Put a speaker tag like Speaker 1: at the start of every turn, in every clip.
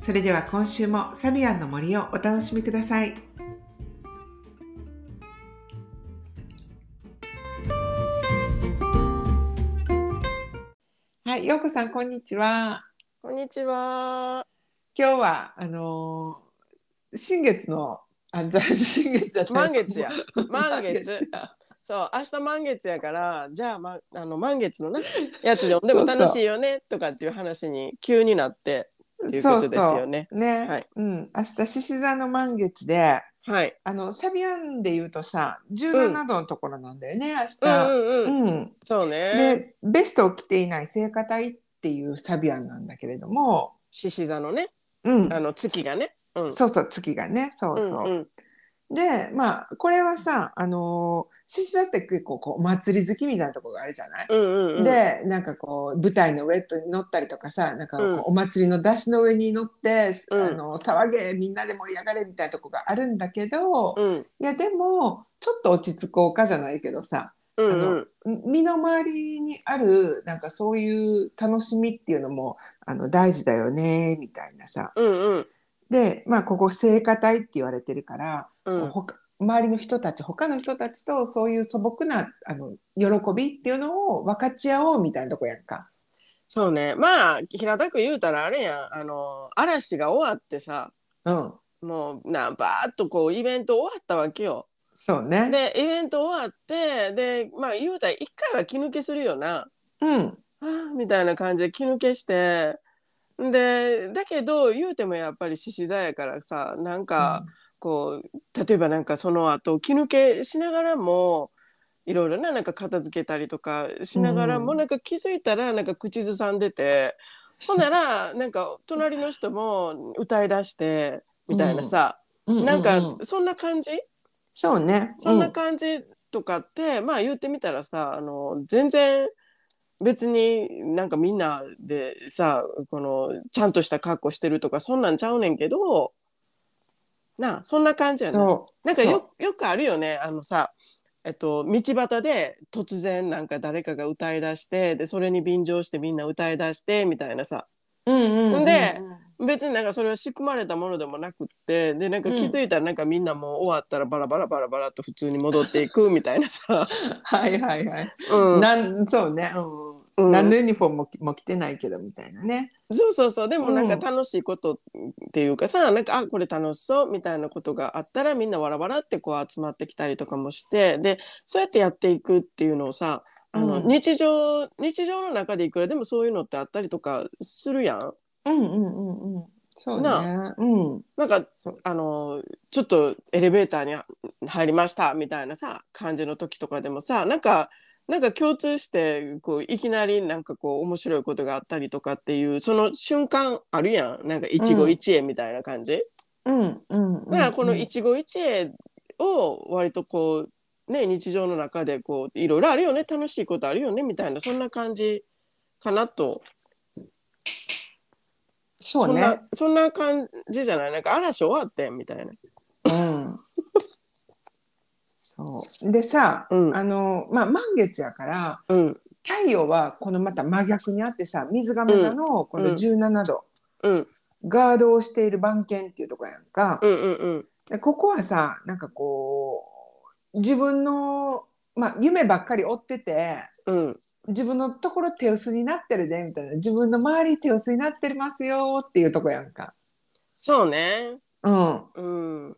Speaker 1: それでは今週もサビアンの森をお楽しみください。はい、ヨーコさんこんにちは。
Speaker 2: こんにちは
Speaker 1: 今日はあのー新月のあじゃあ新月じゃない
Speaker 2: 満月 や満
Speaker 1: 満
Speaker 2: 月
Speaker 1: 月や
Speaker 2: そう明日満月やからじゃあ,、ま、あの満月の ねやつ読んでも楽しいよねとかっていう話に急になってっていうこ
Speaker 1: そ
Speaker 2: と
Speaker 1: う
Speaker 2: です
Speaker 1: そ
Speaker 2: よ
Speaker 1: う
Speaker 2: ね
Speaker 1: ね、
Speaker 2: はい
Speaker 1: うん明日獅子座の満月で
Speaker 2: はい
Speaker 1: あのサビアンで言うとさ
Speaker 2: う
Speaker 1: 17度のところなんだよね、
Speaker 2: うんう
Speaker 1: 明
Speaker 2: んうん、
Speaker 1: 日、うん
Speaker 2: そうね
Speaker 1: でベストを着ていない聖歌隊っていうサビアンなんだけれども、
Speaker 2: 獅子座のね
Speaker 1: うん、
Speaker 2: あの月がねうん
Speaker 1: そうそう月がねそうそう、
Speaker 2: んん
Speaker 1: でまあこれはさあのー獅子座って結構こうお祭り好きみたいなところがあるじゃない
Speaker 2: うんうんうん
Speaker 1: でなんかこう舞台の上に乗ったりとかさなんかこう
Speaker 2: うん
Speaker 1: お祭りの出しの上に乗って、
Speaker 2: うん
Speaker 1: あの騒げみんなで盛り上がれみたいなとこがあるんだけど、い
Speaker 2: うん
Speaker 1: やでもちょっと落ち着こうかじゃないけどさ
Speaker 2: うんう
Speaker 1: あ
Speaker 2: ん
Speaker 1: 身の回りにあるなんかそういう楽しみっていうのもあの大事だよねみたいなさ
Speaker 2: うんうん
Speaker 1: でまあここ聖歌隊って言われてるから、
Speaker 2: うん
Speaker 1: 他周りの人たち他の人たちとそういう素朴なあの喜びっていうのを分かち合おうみたいなとこやんか。
Speaker 2: そうねまあ平たく言うたらあれやんあの嵐が終わってさ
Speaker 1: うん
Speaker 2: もうなバーッとこうイベント終わったわけよ。
Speaker 1: そうね。
Speaker 2: でイベント終わってでまあ言うたら一回は気抜けするよな、
Speaker 1: うん。
Speaker 2: はあみたいな感じで気抜けしてでだけど言うてもやっぱり獅子座やからさなんかこう、例えばなんかその後気抜けしながらもいろいろななんか片付けたりとかしながらも、
Speaker 1: うん
Speaker 2: なんか気づいたらなんか口ずさんでてほんならなんか隣の人も歌いだしてみたいなさ、
Speaker 1: ううう
Speaker 2: なんかそんな感じ、
Speaker 1: そうね。
Speaker 2: そんな感じとかって、まあ言ってみたらさあの全然別になんかみんなでさこのちゃんとした格好してるとかそんなんちゃうねんけどなあそんな感じ
Speaker 1: じ
Speaker 2: や
Speaker 1: ゃ
Speaker 2: な、
Speaker 1: そう。
Speaker 2: なんか
Speaker 1: そう
Speaker 2: よよくあるよねあのさえっと道端で突然なんか誰かが歌い出してでそれに便乗してみんな歌い出してみたいなさ
Speaker 1: うんうんうんうん
Speaker 2: で別になんかそれは仕組まれたものでもなくってでなんか気づいたらなんかみんなもう終わったらバラバラバラバラと普通に戻っていくみたいなさ、
Speaker 1: はいはいはい。
Speaker 2: うん
Speaker 1: なんそうね。うん
Speaker 2: うん
Speaker 1: 何のユニフォームも着も着てないけどみたいなね。
Speaker 2: そうそうそうでもなんか
Speaker 1: うん
Speaker 2: 楽しいことっていうかさ、なんかあこれ楽しそうみたいなことがあったらみんなわらわらってこう集まってきたりとかもしてでそうやってやっていくっていうのをさあの、
Speaker 1: うん
Speaker 2: 日常日常の中でいくらでもそういうのってあったりとかするやん。
Speaker 1: うんうんうんうん。そうね
Speaker 2: な。
Speaker 1: うん。
Speaker 2: なんか
Speaker 1: そう
Speaker 2: あのちょっとエレベーターには入りましたみたいなさ感じの時とかでもさなんかなんか共通してこういきなりなんかこう面白いことがあったりとかっていうその瞬間あるやんなんか一期一会みたいな感じ、
Speaker 1: うんうんうん。
Speaker 2: だからこの一期一会を割とこうね日常の中でこういろいろあるよね楽しいことあるよねみたいなそんな感じかなと
Speaker 1: そう
Speaker 2: そん
Speaker 1: ね
Speaker 2: な。そんな感じじゃないなんか嵐終わってんみたいな。
Speaker 1: うん。そう。でさ、
Speaker 2: うん
Speaker 1: あのまあ満月やから
Speaker 2: うん
Speaker 1: 太陽はこのまた真逆にあってさ水亀座のこ
Speaker 2: うん
Speaker 1: の17度。
Speaker 2: うん
Speaker 1: ガードをしている番犬っていうところやんか、
Speaker 2: うんうんうん
Speaker 1: でここはさなんかこう自分の、まあ、夢ばっかり追ってて
Speaker 2: うん
Speaker 1: 自分のところ手薄になってるでみたいな自分の周り手薄になってますよっていうとこやんか。
Speaker 2: そうね。
Speaker 1: うん、
Speaker 2: うん。
Speaker 1: だ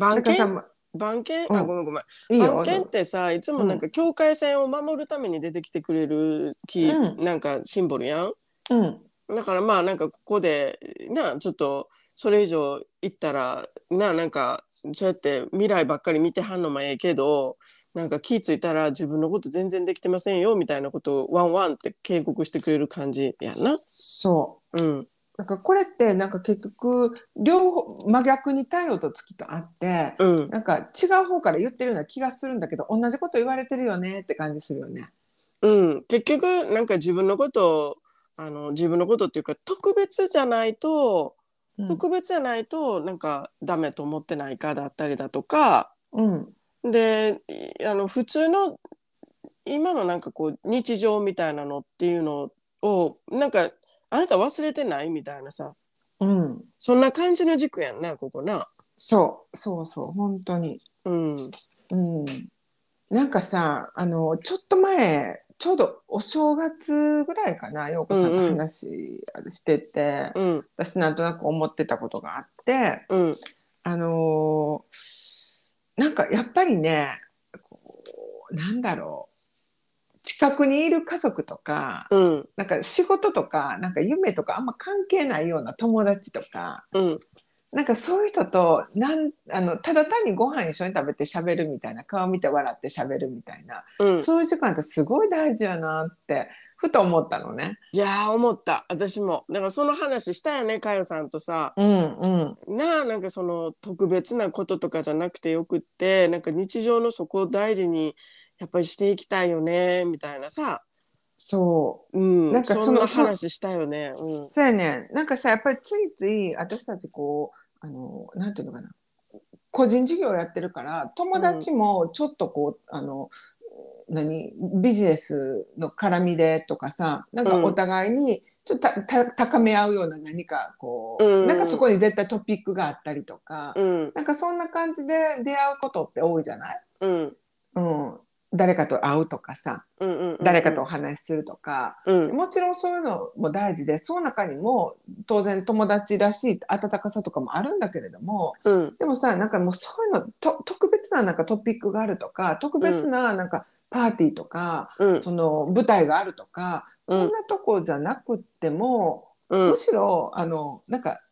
Speaker 2: 番
Speaker 1: から
Speaker 2: 犬
Speaker 1: さ
Speaker 2: 番犬
Speaker 1: うん
Speaker 2: あごめんごめん。
Speaker 1: いいよ
Speaker 2: 番犬ってさいつもなんか境界線を守るために出てきてくれる木、
Speaker 1: う
Speaker 2: なんかシンボルやん。
Speaker 1: うん
Speaker 2: だからまあなんかここでなちょっとそれ以上行ったらななんかそうやって未来ばっかり見てはんのもええけどなんか気ぃついたら自分のこと全然できてませんよみたいなことをワンワンって警告してくれる感じやんな。
Speaker 1: そ
Speaker 2: うん。
Speaker 1: なんかこれってなんか結局両方真逆に太陽と月とあって
Speaker 2: うん、
Speaker 1: なんか違う方から言ってるような気がするんだけど同じこと言われてるよねって感じするよね。
Speaker 2: うん、結局なんか自分のことをあの自分のことっていうか特別じゃないと、
Speaker 1: うん
Speaker 2: 特別じゃないとなんかダメと思ってないかだったりだとか
Speaker 1: うん
Speaker 2: でいあの普通の今のなんかこう日常みたいなのっていうのをなんかあなた忘れてないみたいなさ
Speaker 1: うん、
Speaker 2: そんな感じの軸やんなここな。
Speaker 1: そうそうそう本当に、
Speaker 2: うん、
Speaker 1: うん、なんかさあのちょっと前ちょうどお正月ぐらいかな陽子さんの話してて、
Speaker 2: うん、
Speaker 1: 私なんとなく思ってたことがあって
Speaker 2: うん、
Speaker 1: あのーなんかやっぱりねこうなんだろう近くにいる家族とか
Speaker 2: うん、
Speaker 1: なんか仕事とかなんか夢とかあんま関係ないような友達とか
Speaker 2: うん、
Speaker 1: なんかそういう人となんあのただ単にご飯一緒に食べて喋るみたいな顔見て笑って喋るみたいな、
Speaker 2: うん。
Speaker 1: そういう時間ってすごい大事やなってふと思ったのね。
Speaker 2: いやー思った私もだからその話したよねかよさんとさ
Speaker 1: うんうん
Speaker 2: なあなんかその特別なこととかじゃなくてよくってなんか日常のそこを大事にやっぱりしていきたいよねみたいなさ、
Speaker 1: そう
Speaker 2: うん、
Speaker 1: な
Speaker 2: なんんか
Speaker 1: か
Speaker 2: そ
Speaker 1: その
Speaker 2: んな話したよね。
Speaker 1: そうやねんなんかさやっぱりついつい私たちこうあのなんていうのかな個人事業やってるから友達もちょっとこう、あの何ビジネスの絡みでとかさなんか
Speaker 2: うん
Speaker 1: お互いにちょっとたた高め合うような何かこう、
Speaker 2: うん
Speaker 1: なんかそこに絶対トピックがあったりとか、
Speaker 2: うん、
Speaker 1: なんかそんな感じで出会うことって多いじゃない、
Speaker 2: うん、
Speaker 1: うん、誰かと会うとかさ
Speaker 2: うん、うん、うん
Speaker 1: 誰かとお、話しするとか。
Speaker 2: うん、
Speaker 1: もちろんそういうのも大事でその中にも当然友達らしい温かさとかもあるんだけれども
Speaker 2: うん、
Speaker 1: でもさなんかもうそういうのと特別ななんかトピックがあるとか特別ななんかパーティーとか、
Speaker 2: うん、
Speaker 1: その舞台があるとか
Speaker 2: う
Speaker 1: そ
Speaker 2: ん
Speaker 1: んなとこじゃなくっても、
Speaker 2: うん
Speaker 1: む、しろあのなんか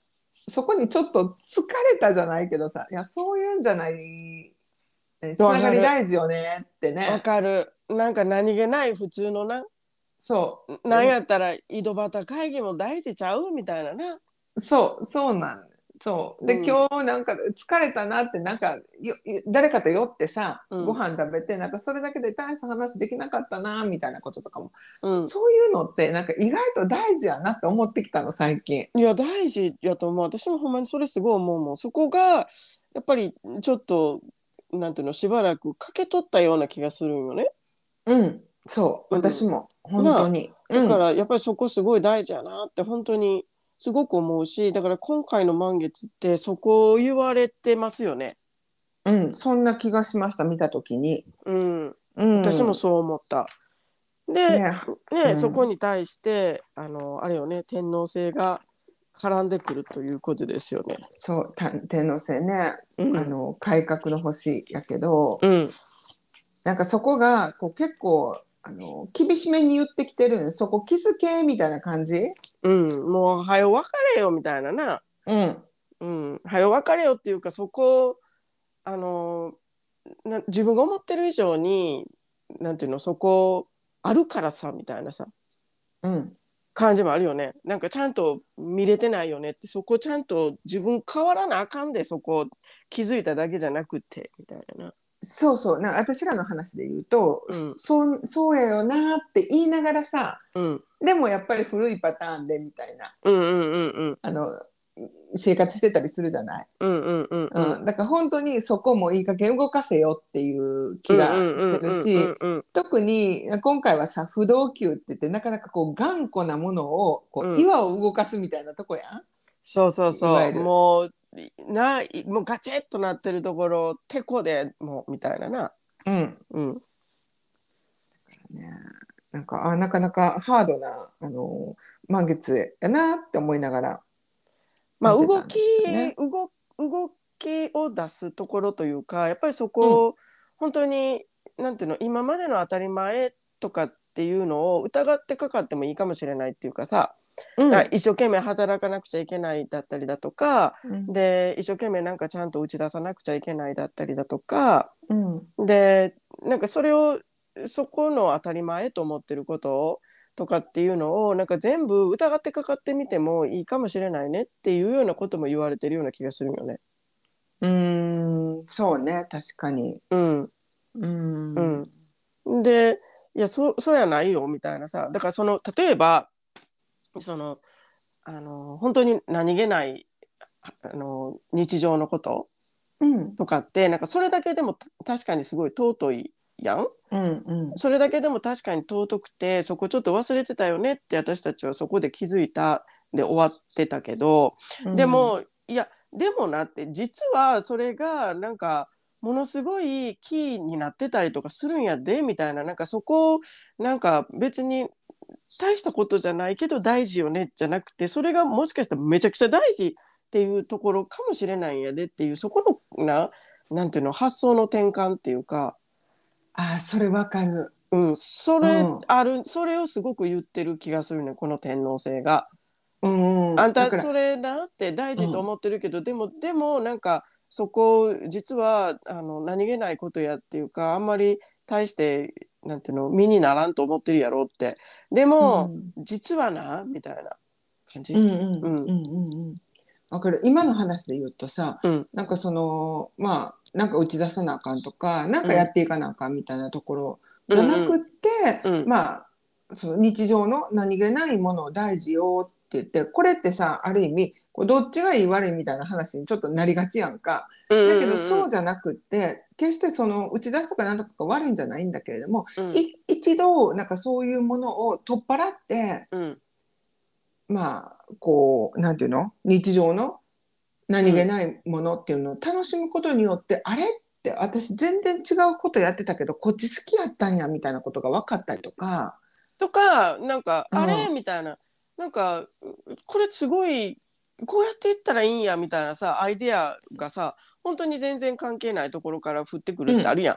Speaker 1: そこにちょっと疲れたじゃないけどさいやそういうんじゃないつ
Speaker 2: わか
Speaker 1: な
Speaker 2: る
Speaker 1: がり大事よねって
Speaker 2: わ
Speaker 1: ね
Speaker 2: かる。なんか何気ない普通のな、
Speaker 1: そう
Speaker 2: なんやったら井戸端会議も大事ちゃうみたいなな。
Speaker 1: そうそうなんそうで、
Speaker 2: うん
Speaker 1: 今日なんか疲れたなってなんかよよ誰かと酔ってさ、
Speaker 2: うん
Speaker 1: ご飯食べてなんかそれだけで大した話できなかったなみたいなこととかも、
Speaker 2: うん。
Speaker 1: そういうのってなんか意外と大事やなって思ってきたの最近。
Speaker 2: いや大事やと思う私もほんまにそれすごい思うもんそこがやっぱりちょっとなんていうのしばらくかけ取ったような気がするんよね
Speaker 1: うん、そう
Speaker 2: うん
Speaker 1: 私も、本当に。
Speaker 2: だか
Speaker 1: うん
Speaker 2: らやっぱりそこすごい大事やなって本当にすごく思うしだから今回の満月ってそこを言われてますよね
Speaker 1: うん、そんな気がしました見た時に、
Speaker 2: うん
Speaker 1: うん、
Speaker 2: 私もそう思った、でね
Speaker 1: ねうん
Speaker 2: そこに対してあのあれよね天皇制が絡んでくるということですよね
Speaker 1: そうた天皇制ね、
Speaker 2: うん
Speaker 1: あの改革の星やけど、
Speaker 2: うん
Speaker 1: なんかそこがこう結構あの厳しめに言ってきてるんでそこ気づけみたいな感じ、
Speaker 2: うんもうはよ別れよみたいなな
Speaker 1: うん、
Speaker 2: うん、はよ別れよっていうかそこをあのな自分が思ってる以上になんていうのそこあるからさみたいなさ
Speaker 1: うん、
Speaker 2: 感じもあるよねなんかちゃんと見れてないよねってそこちゃんと自分変わらなあかんでそこ気づいただけじゃなくてみたいな
Speaker 1: そうそうなんか私らの話で言うと、
Speaker 2: うん
Speaker 1: そうそうやよなって言いながらさ
Speaker 2: うん
Speaker 1: でもやっぱり古いパターンでみたいな
Speaker 2: うんうんうんうん
Speaker 1: あの生活してたりするじゃない、
Speaker 2: うんうんうん
Speaker 1: う
Speaker 2: うんん
Speaker 1: だから本当にそこもいい加減動かせよっていう気がしてるし、
Speaker 2: うんうん
Speaker 1: 特に今回はさ不動級って言ってなかなかこう頑固なものをこう、
Speaker 2: うん
Speaker 1: 岩を動かすみたいなとこやん。
Speaker 2: そうそう
Speaker 1: いわ
Speaker 2: そ
Speaker 1: ゆ
Speaker 2: う
Speaker 1: る
Speaker 2: もうないもうガチッとなってるところをてこでもうみたいなな
Speaker 1: うん
Speaker 2: うん
Speaker 1: ねなんかあなかなかハードな、あの満月やなって思いながら、
Speaker 2: まあ、
Speaker 1: 見てた
Speaker 2: 動
Speaker 1: んで
Speaker 2: き、
Speaker 1: すよね
Speaker 2: 動動きを出すところというかやっぱりそこを本当に、なんていうの今までの当たり前とかっていうのを疑ってかかってもいいかもしれないっていうかさ、
Speaker 1: うん
Speaker 2: だから一生懸命働かなくちゃいけないだったりだとかで一生懸命なんかちゃんと打ち出さなくちゃいけないだったりだとか
Speaker 1: うん
Speaker 2: でなんかそれをそこの当たり前と思ってることをとかっていうのをなんか全部疑ってかかってみてもいいかもしれないねっていうようなことも言われてるような気がするよね。
Speaker 1: うーんそうね確かに
Speaker 2: うん、
Speaker 1: うん
Speaker 2: うんでいやそそうやないよみたいなさだからその例えばそのあの本当に何気ないああの日常のこと
Speaker 1: うん
Speaker 2: とかってなんかそれだけでもた確かにすごい尊いやん
Speaker 1: うんうん
Speaker 2: それだけでも確かに尊くてそこちょっと忘れてたよねって私たちはそこで気づいたで終わってたけど、
Speaker 1: うん
Speaker 2: でもいやでもなって実はそれがなんかものすごいキーになってたりとかするんやでみたいななんかそこをなんか別に大したことじゃないけど大事よねじゃなくてそれがもしかしたらめちゃくちゃ大事っていうところかもしれないんやでっていうそこのななんていうの発想の転換っていうか、
Speaker 1: あーそれわかる
Speaker 2: うん、それ
Speaker 1: うん
Speaker 2: ある、それをすごく言ってる気がするねこの天皇制が。
Speaker 1: うんうん
Speaker 2: あん
Speaker 1: だ
Speaker 2: た
Speaker 1: から
Speaker 2: それなって大事と思ってるけど、でもでもなんかそこ実はあの何気ないことやっていうかあんまり大してなんていうの身にならんと思ってるやろってでも、実はなみたいな感じ、
Speaker 1: うん
Speaker 2: うん
Speaker 1: うん
Speaker 2: う
Speaker 1: うんんうんうんわかる今の話で言うとさ、
Speaker 2: うん
Speaker 1: なんかそのまあなんか打ち出さなあかんとかなんかやっていかなあかんみたいなところじゃなくって、
Speaker 2: うんうん
Speaker 1: まあその日常の何気ないものを大事よって言ってこれってさある意味こうどっちがいい悪いみたいな話にちょっとなりがちやんかだけどそうじゃなくって決してその打ち出すとかなんとかが悪いんじゃないんだけれども、
Speaker 2: うん、うん
Speaker 1: い一度なんかそういうものを取っ払って
Speaker 2: うん
Speaker 1: まあこうなんていうの日常の何気ないものっていうのを楽しむことによって、あれって私全然違うことやってたけどこっち好きやったんやみたいなことが分かったりとか、
Speaker 2: とかなんか、
Speaker 1: うん
Speaker 2: あれみたいななんかこれすごいこうやっていったらいいんやみたいなさアイデアがさ本当に全然関係ないところから降ってくるってあるやん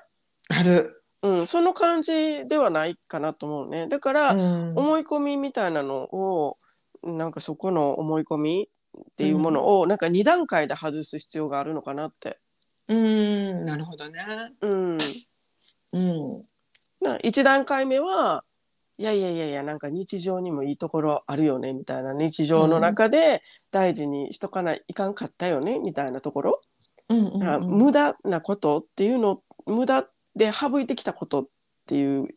Speaker 1: ある。
Speaker 2: うん、その感じではないかなと思うね。だから、思い込みみたいなのをなんかそこの思い込みっていうものを、なんか2段階で外す必要があるのかなって。
Speaker 1: うんなるほどね。
Speaker 2: うん、
Speaker 1: うん
Speaker 2: な1段階目はいやいやいやいやなんか日常にもいいところあるよねみたいな日常の中で大事にしとかないいかんかったよねみたいなところ、
Speaker 1: うんう
Speaker 2: あ
Speaker 1: ん
Speaker 2: 無駄なことっていうの無駄で省いてきたことっていう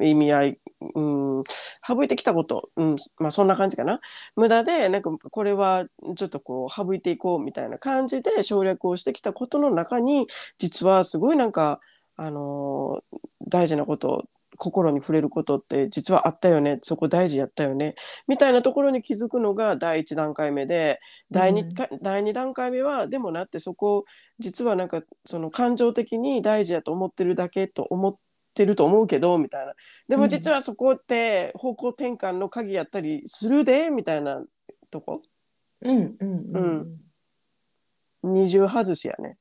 Speaker 2: 意味合い、うん、省いてきたこと、うんまあ、そんな感じかな無駄でなんかこれはちょっとこう省いていこうみたいな感じで省略をしてきたことの中に実はすごいなんか、あのー大事なこと心に触れることって実はあったよねそこ大事やったよねみたいなところに気づくのが第一段階目で第
Speaker 1: う
Speaker 2: 二
Speaker 1: ん
Speaker 2: か第二段階目はでもなってそこを実はなんかその感情的に大事やと思ってるだけと思ってると思うけどみたいなで
Speaker 1: う
Speaker 2: も
Speaker 1: ん
Speaker 2: 実はそこって方向転換の鍵やったりするでみたいなとこ
Speaker 1: うんうんう
Speaker 2: うん二重外しやね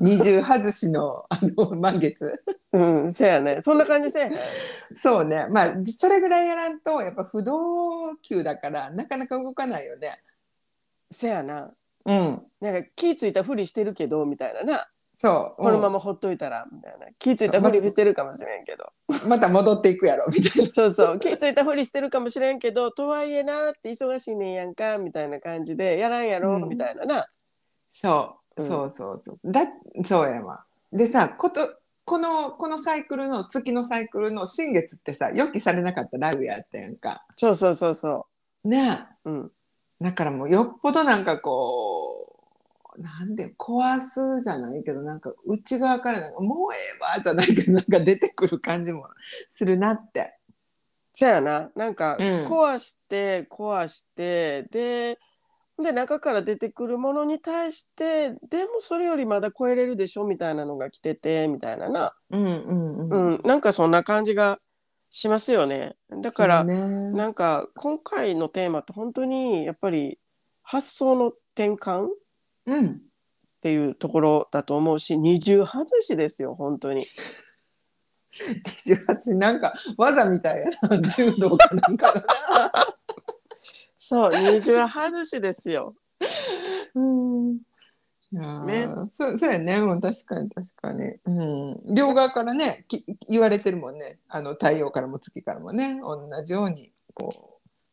Speaker 1: 二重外しのあの満月
Speaker 2: うんせやねそんな感じせえへん
Speaker 1: そうねまあそれぐらいやらんとやっぱ不動級だからなかなか動かないよね。
Speaker 2: せやな
Speaker 1: うん
Speaker 2: なんか気ぃついたふりしてるけどみたいなな
Speaker 1: そう
Speaker 2: この
Speaker 1: うん
Speaker 2: ままほっといたらみたいな気ぃついたふりしてるかもしれんけ ど
Speaker 1: また戻っていくやろみたいな。
Speaker 2: そうそう気ぃついたふりしてるかもしれんけどとはいえなって忙しいねんやんかみたいな感じでやらんやろ
Speaker 1: うん
Speaker 2: みたいなな、
Speaker 1: そう、
Speaker 2: うん
Speaker 1: そうそうそう。だそうやわ。でさことこのこのサイクルの月のサイクルの新月ってさ予期されなかったラグやったやんか。
Speaker 2: そうそうそうそ
Speaker 1: ね
Speaker 2: ううん
Speaker 1: えだからもうよっぽどなんかこうなんで壊すじゃないけどなんか内側からなんか「もうええわ」じゃないけどなんか出てくる感じもするなって。
Speaker 2: そやななんか
Speaker 1: うん
Speaker 2: 壊して壊して、でで中から出てくるものに対してでもそれよりまだ超えれるでしょみたいなのが来ててみたいなな、
Speaker 1: うんうん
Speaker 2: うん
Speaker 1: ん。
Speaker 2: なんかそんな感じがしますよねだから、
Speaker 1: そうね
Speaker 2: なんか今回のテーマって本当にやっぱり発想の転換っ
Speaker 1: うん
Speaker 2: ていうところだと思うし二重外しですよ本当に。
Speaker 1: 28なんか技みたいやな柔道かなんかのな。
Speaker 2: そう二重外しですよ。
Speaker 1: うん
Speaker 2: ね
Speaker 1: うんそうそうやね、うん、確かに確かに、うん、両側からねき言われてるもんねあの太陽からも月からもね同じようにこ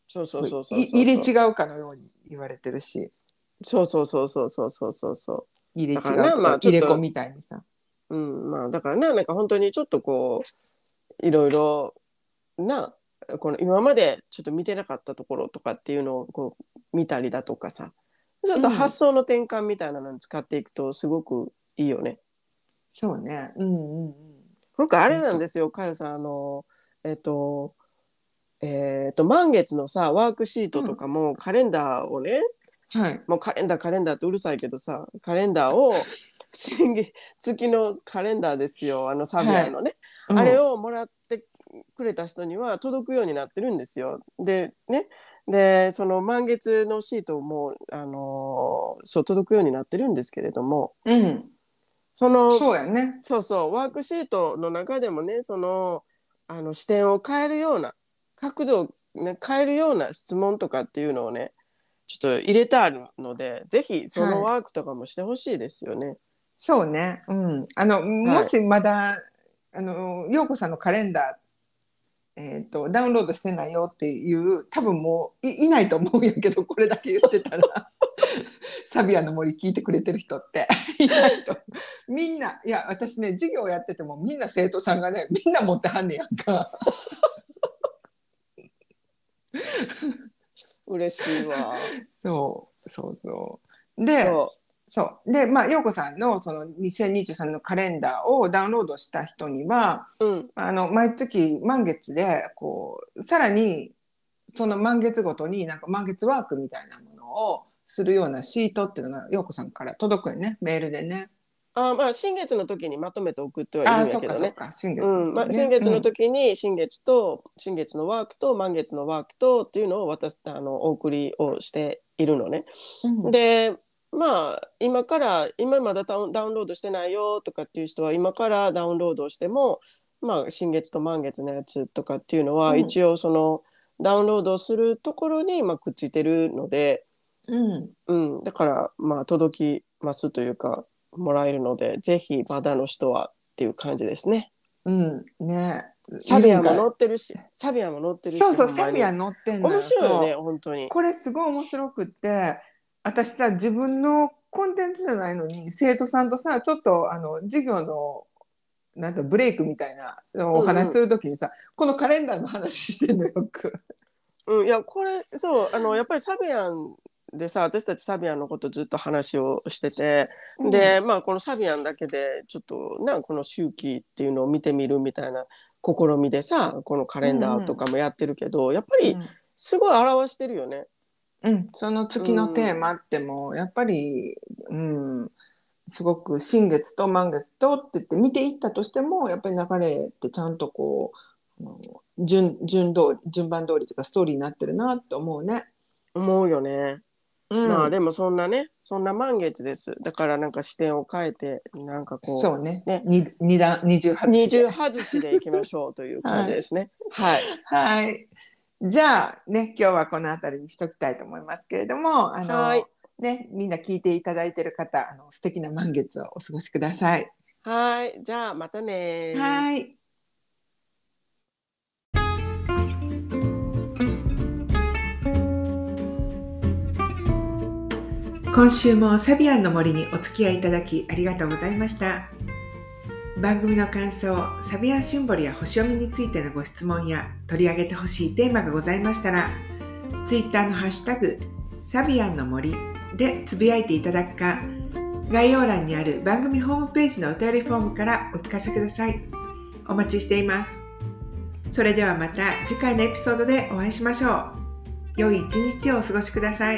Speaker 2: そう
Speaker 1: う
Speaker 2: そうそうそうそう。
Speaker 1: い入れ違うかのように言われてるし
Speaker 2: そうそうそうそうそうそうそうそ
Speaker 1: 入れ違
Speaker 2: だ
Speaker 1: うと
Speaker 2: からねまあちょっと
Speaker 1: 入れ子みたいにさ、
Speaker 2: う。うん、まあ、だからな、なんか本当にちょっとこう、いろいろ。な、この今までちょっと見てなかったところとかっていうのを、こう、見たりだとかさ。ちょっと発想の転換みたいなのに使っていくと、すごくいいよね。
Speaker 1: そうねうんうんうん
Speaker 2: 僕あれなんですよ、かよさん、あの、えっと、えっと、満月のさ、ワークシートとかも、カレンダーをね、
Speaker 1: はい
Speaker 2: もうカレンダー、カレンダーってうるさいけどさ、カレンダーを、新月月のカレンダーですよ、あのサビアのね、あれ
Speaker 1: を、
Speaker 2: をもらってくれた人には届くようになってるんですよ。で、ね、で、その満月のシートも、あのそう、届くようになってるんですけれども、
Speaker 1: うん、
Speaker 2: その、
Speaker 1: そうやね
Speaker 2: そうそうワークシートの中でもねそのあの視点を変えるような角度を、ね、変えるような質問とかっていうのをねちょっと入れてあるのでぜひそのワークとかもしてほしいですよね。
Speaker 1: そうね、うん、あの、もしまだあの陽子さんのカレンダー、えー、とダウンロードしてないよっていう多分もういいないと思うんやけどこれだけ言ってたら サビアの森聞いてくれてる人っていないとみんないや私ね授業やっててもみんな生徒さんがねみんな持ってはんねやんか
Speaker 2: 嬉しいわ。
Speaker 1: そうそうそうで
Speaker 2: そ
Speaker 1: そうでまあ陽子さんのその2023のカレンダーをダウンロードした人には
Speaker 2: う、うん、
Speaker 1: あの毎月満月でこうさらにその満月ごとになんか満月ワークみたいなものをするようなシートっていうのが陽子さんから届くよねメールでね。
Speaker 2: あまあ新月の時にまとめて送ってはい
Speaker 1: あ
Speaker 2: る
Speaker 1: あ
Speaker 2: んだ
Speaker 1: そっ
Speaker 2: け
Speaker 1: か
Speaker 2: ど
Speaker 1: そっ
Speaker 2: ね。
Speaker 1: か新月、
Speaker 2: うんまあ、新月の時に新月と新月のワークと満月のワークとっていうのを私あのお送りをしているのね。
Speaker 1: うん
Speaker 2: でまあ今から今まだダウンダウンロードしてないよとかっていう人は今からダウンロードをしても、まあ、新月と満月のやつとかっていうの
Speaker 1: う
Speaker 2: は
Speaker 1: ん
Speaker 2: 一応その、ダウンロードするところにまあくっついてるので、
Speaker 1: うん
Speaker 2: うん、だからまあ届きますというかもらえるのでぜひまだの人はっていう感じですね。
Speaker 1: うんね
Speaker 2: サビアも
Speaker 1: いいん
Speaker 2: 載
Speaker 1: か
Speaker 2: ってるしサビアも載ってるし
Speaker 1: そうそう
Speaker 2: ほんま
Speaker 1: サ
Speaker 2: に
Speaker 1: ビア乗ってんの
Speaker 2: 面白いよね
Speaker 1: そう
Speaker 2: 本当に。
Speaker 1: これすごい面白くって私さ自分のコンテンツじゃないのに生徒さんとさちょっとあの授業のなんてブレイクみたいなのをお話しするときにさ、このカレンダーの話してんのよく。
Speaker 2: うん、いやこれそうあのやっぱりサビアンでさ私たちサビアンのことずっと話をしてて、でまあこのサビアンだけでちょっとなこの周期っていうのを見てみるみたいな試みでさこのカレンダーとかもやってるけど、やっぱ
Speaker 1: うん、
Speaker 2: りすごい表してるよね。
Speaker 1: うんその月のテーマってもうやっぱり、うん、すごく新月と満月とって言って見ていったとしてもやっぱり流れってちゃんとこうあの順順通り順番通りというかストーリーになってるなと思うね。
Speaker 2: 思うよね、
Speaker 1: うん、
Speaker 2: まあでもそんなねそんな満月ですだからなんか視点を変えてなんかこう
Speaker 1: そうね。
Speaker 2: ね
Speaker 1: に二段二十八。
Speaker 2: 二重外しでいきましょうという感じですね。はい
Speaker 1: はい。じゃあね今日はこのあたりにしときたいと思いますけれども、あの
Speaker 2: はい
Speaker 1: ねみんな聞いていただいている方、あの素敵な満月をお過ごしください。
Speaker 2: はいじゃあまたね
Speaker 1: はい。
Speaker 3: 今週もサビアンの森にお付き合いいただきありがとうございました番組の感想サビアンシンボルや星読みについてのご質問や取り上げてほしいテーマがございましたらツイッターのハッシュタグサビアンの森でつぶやいていただくか概要欄にある番組ホームページのお便りフォームからお聞かせくださいお待ちしていますそれではまた次回のエピソードでお会いしましょう良い一日をお過ごしください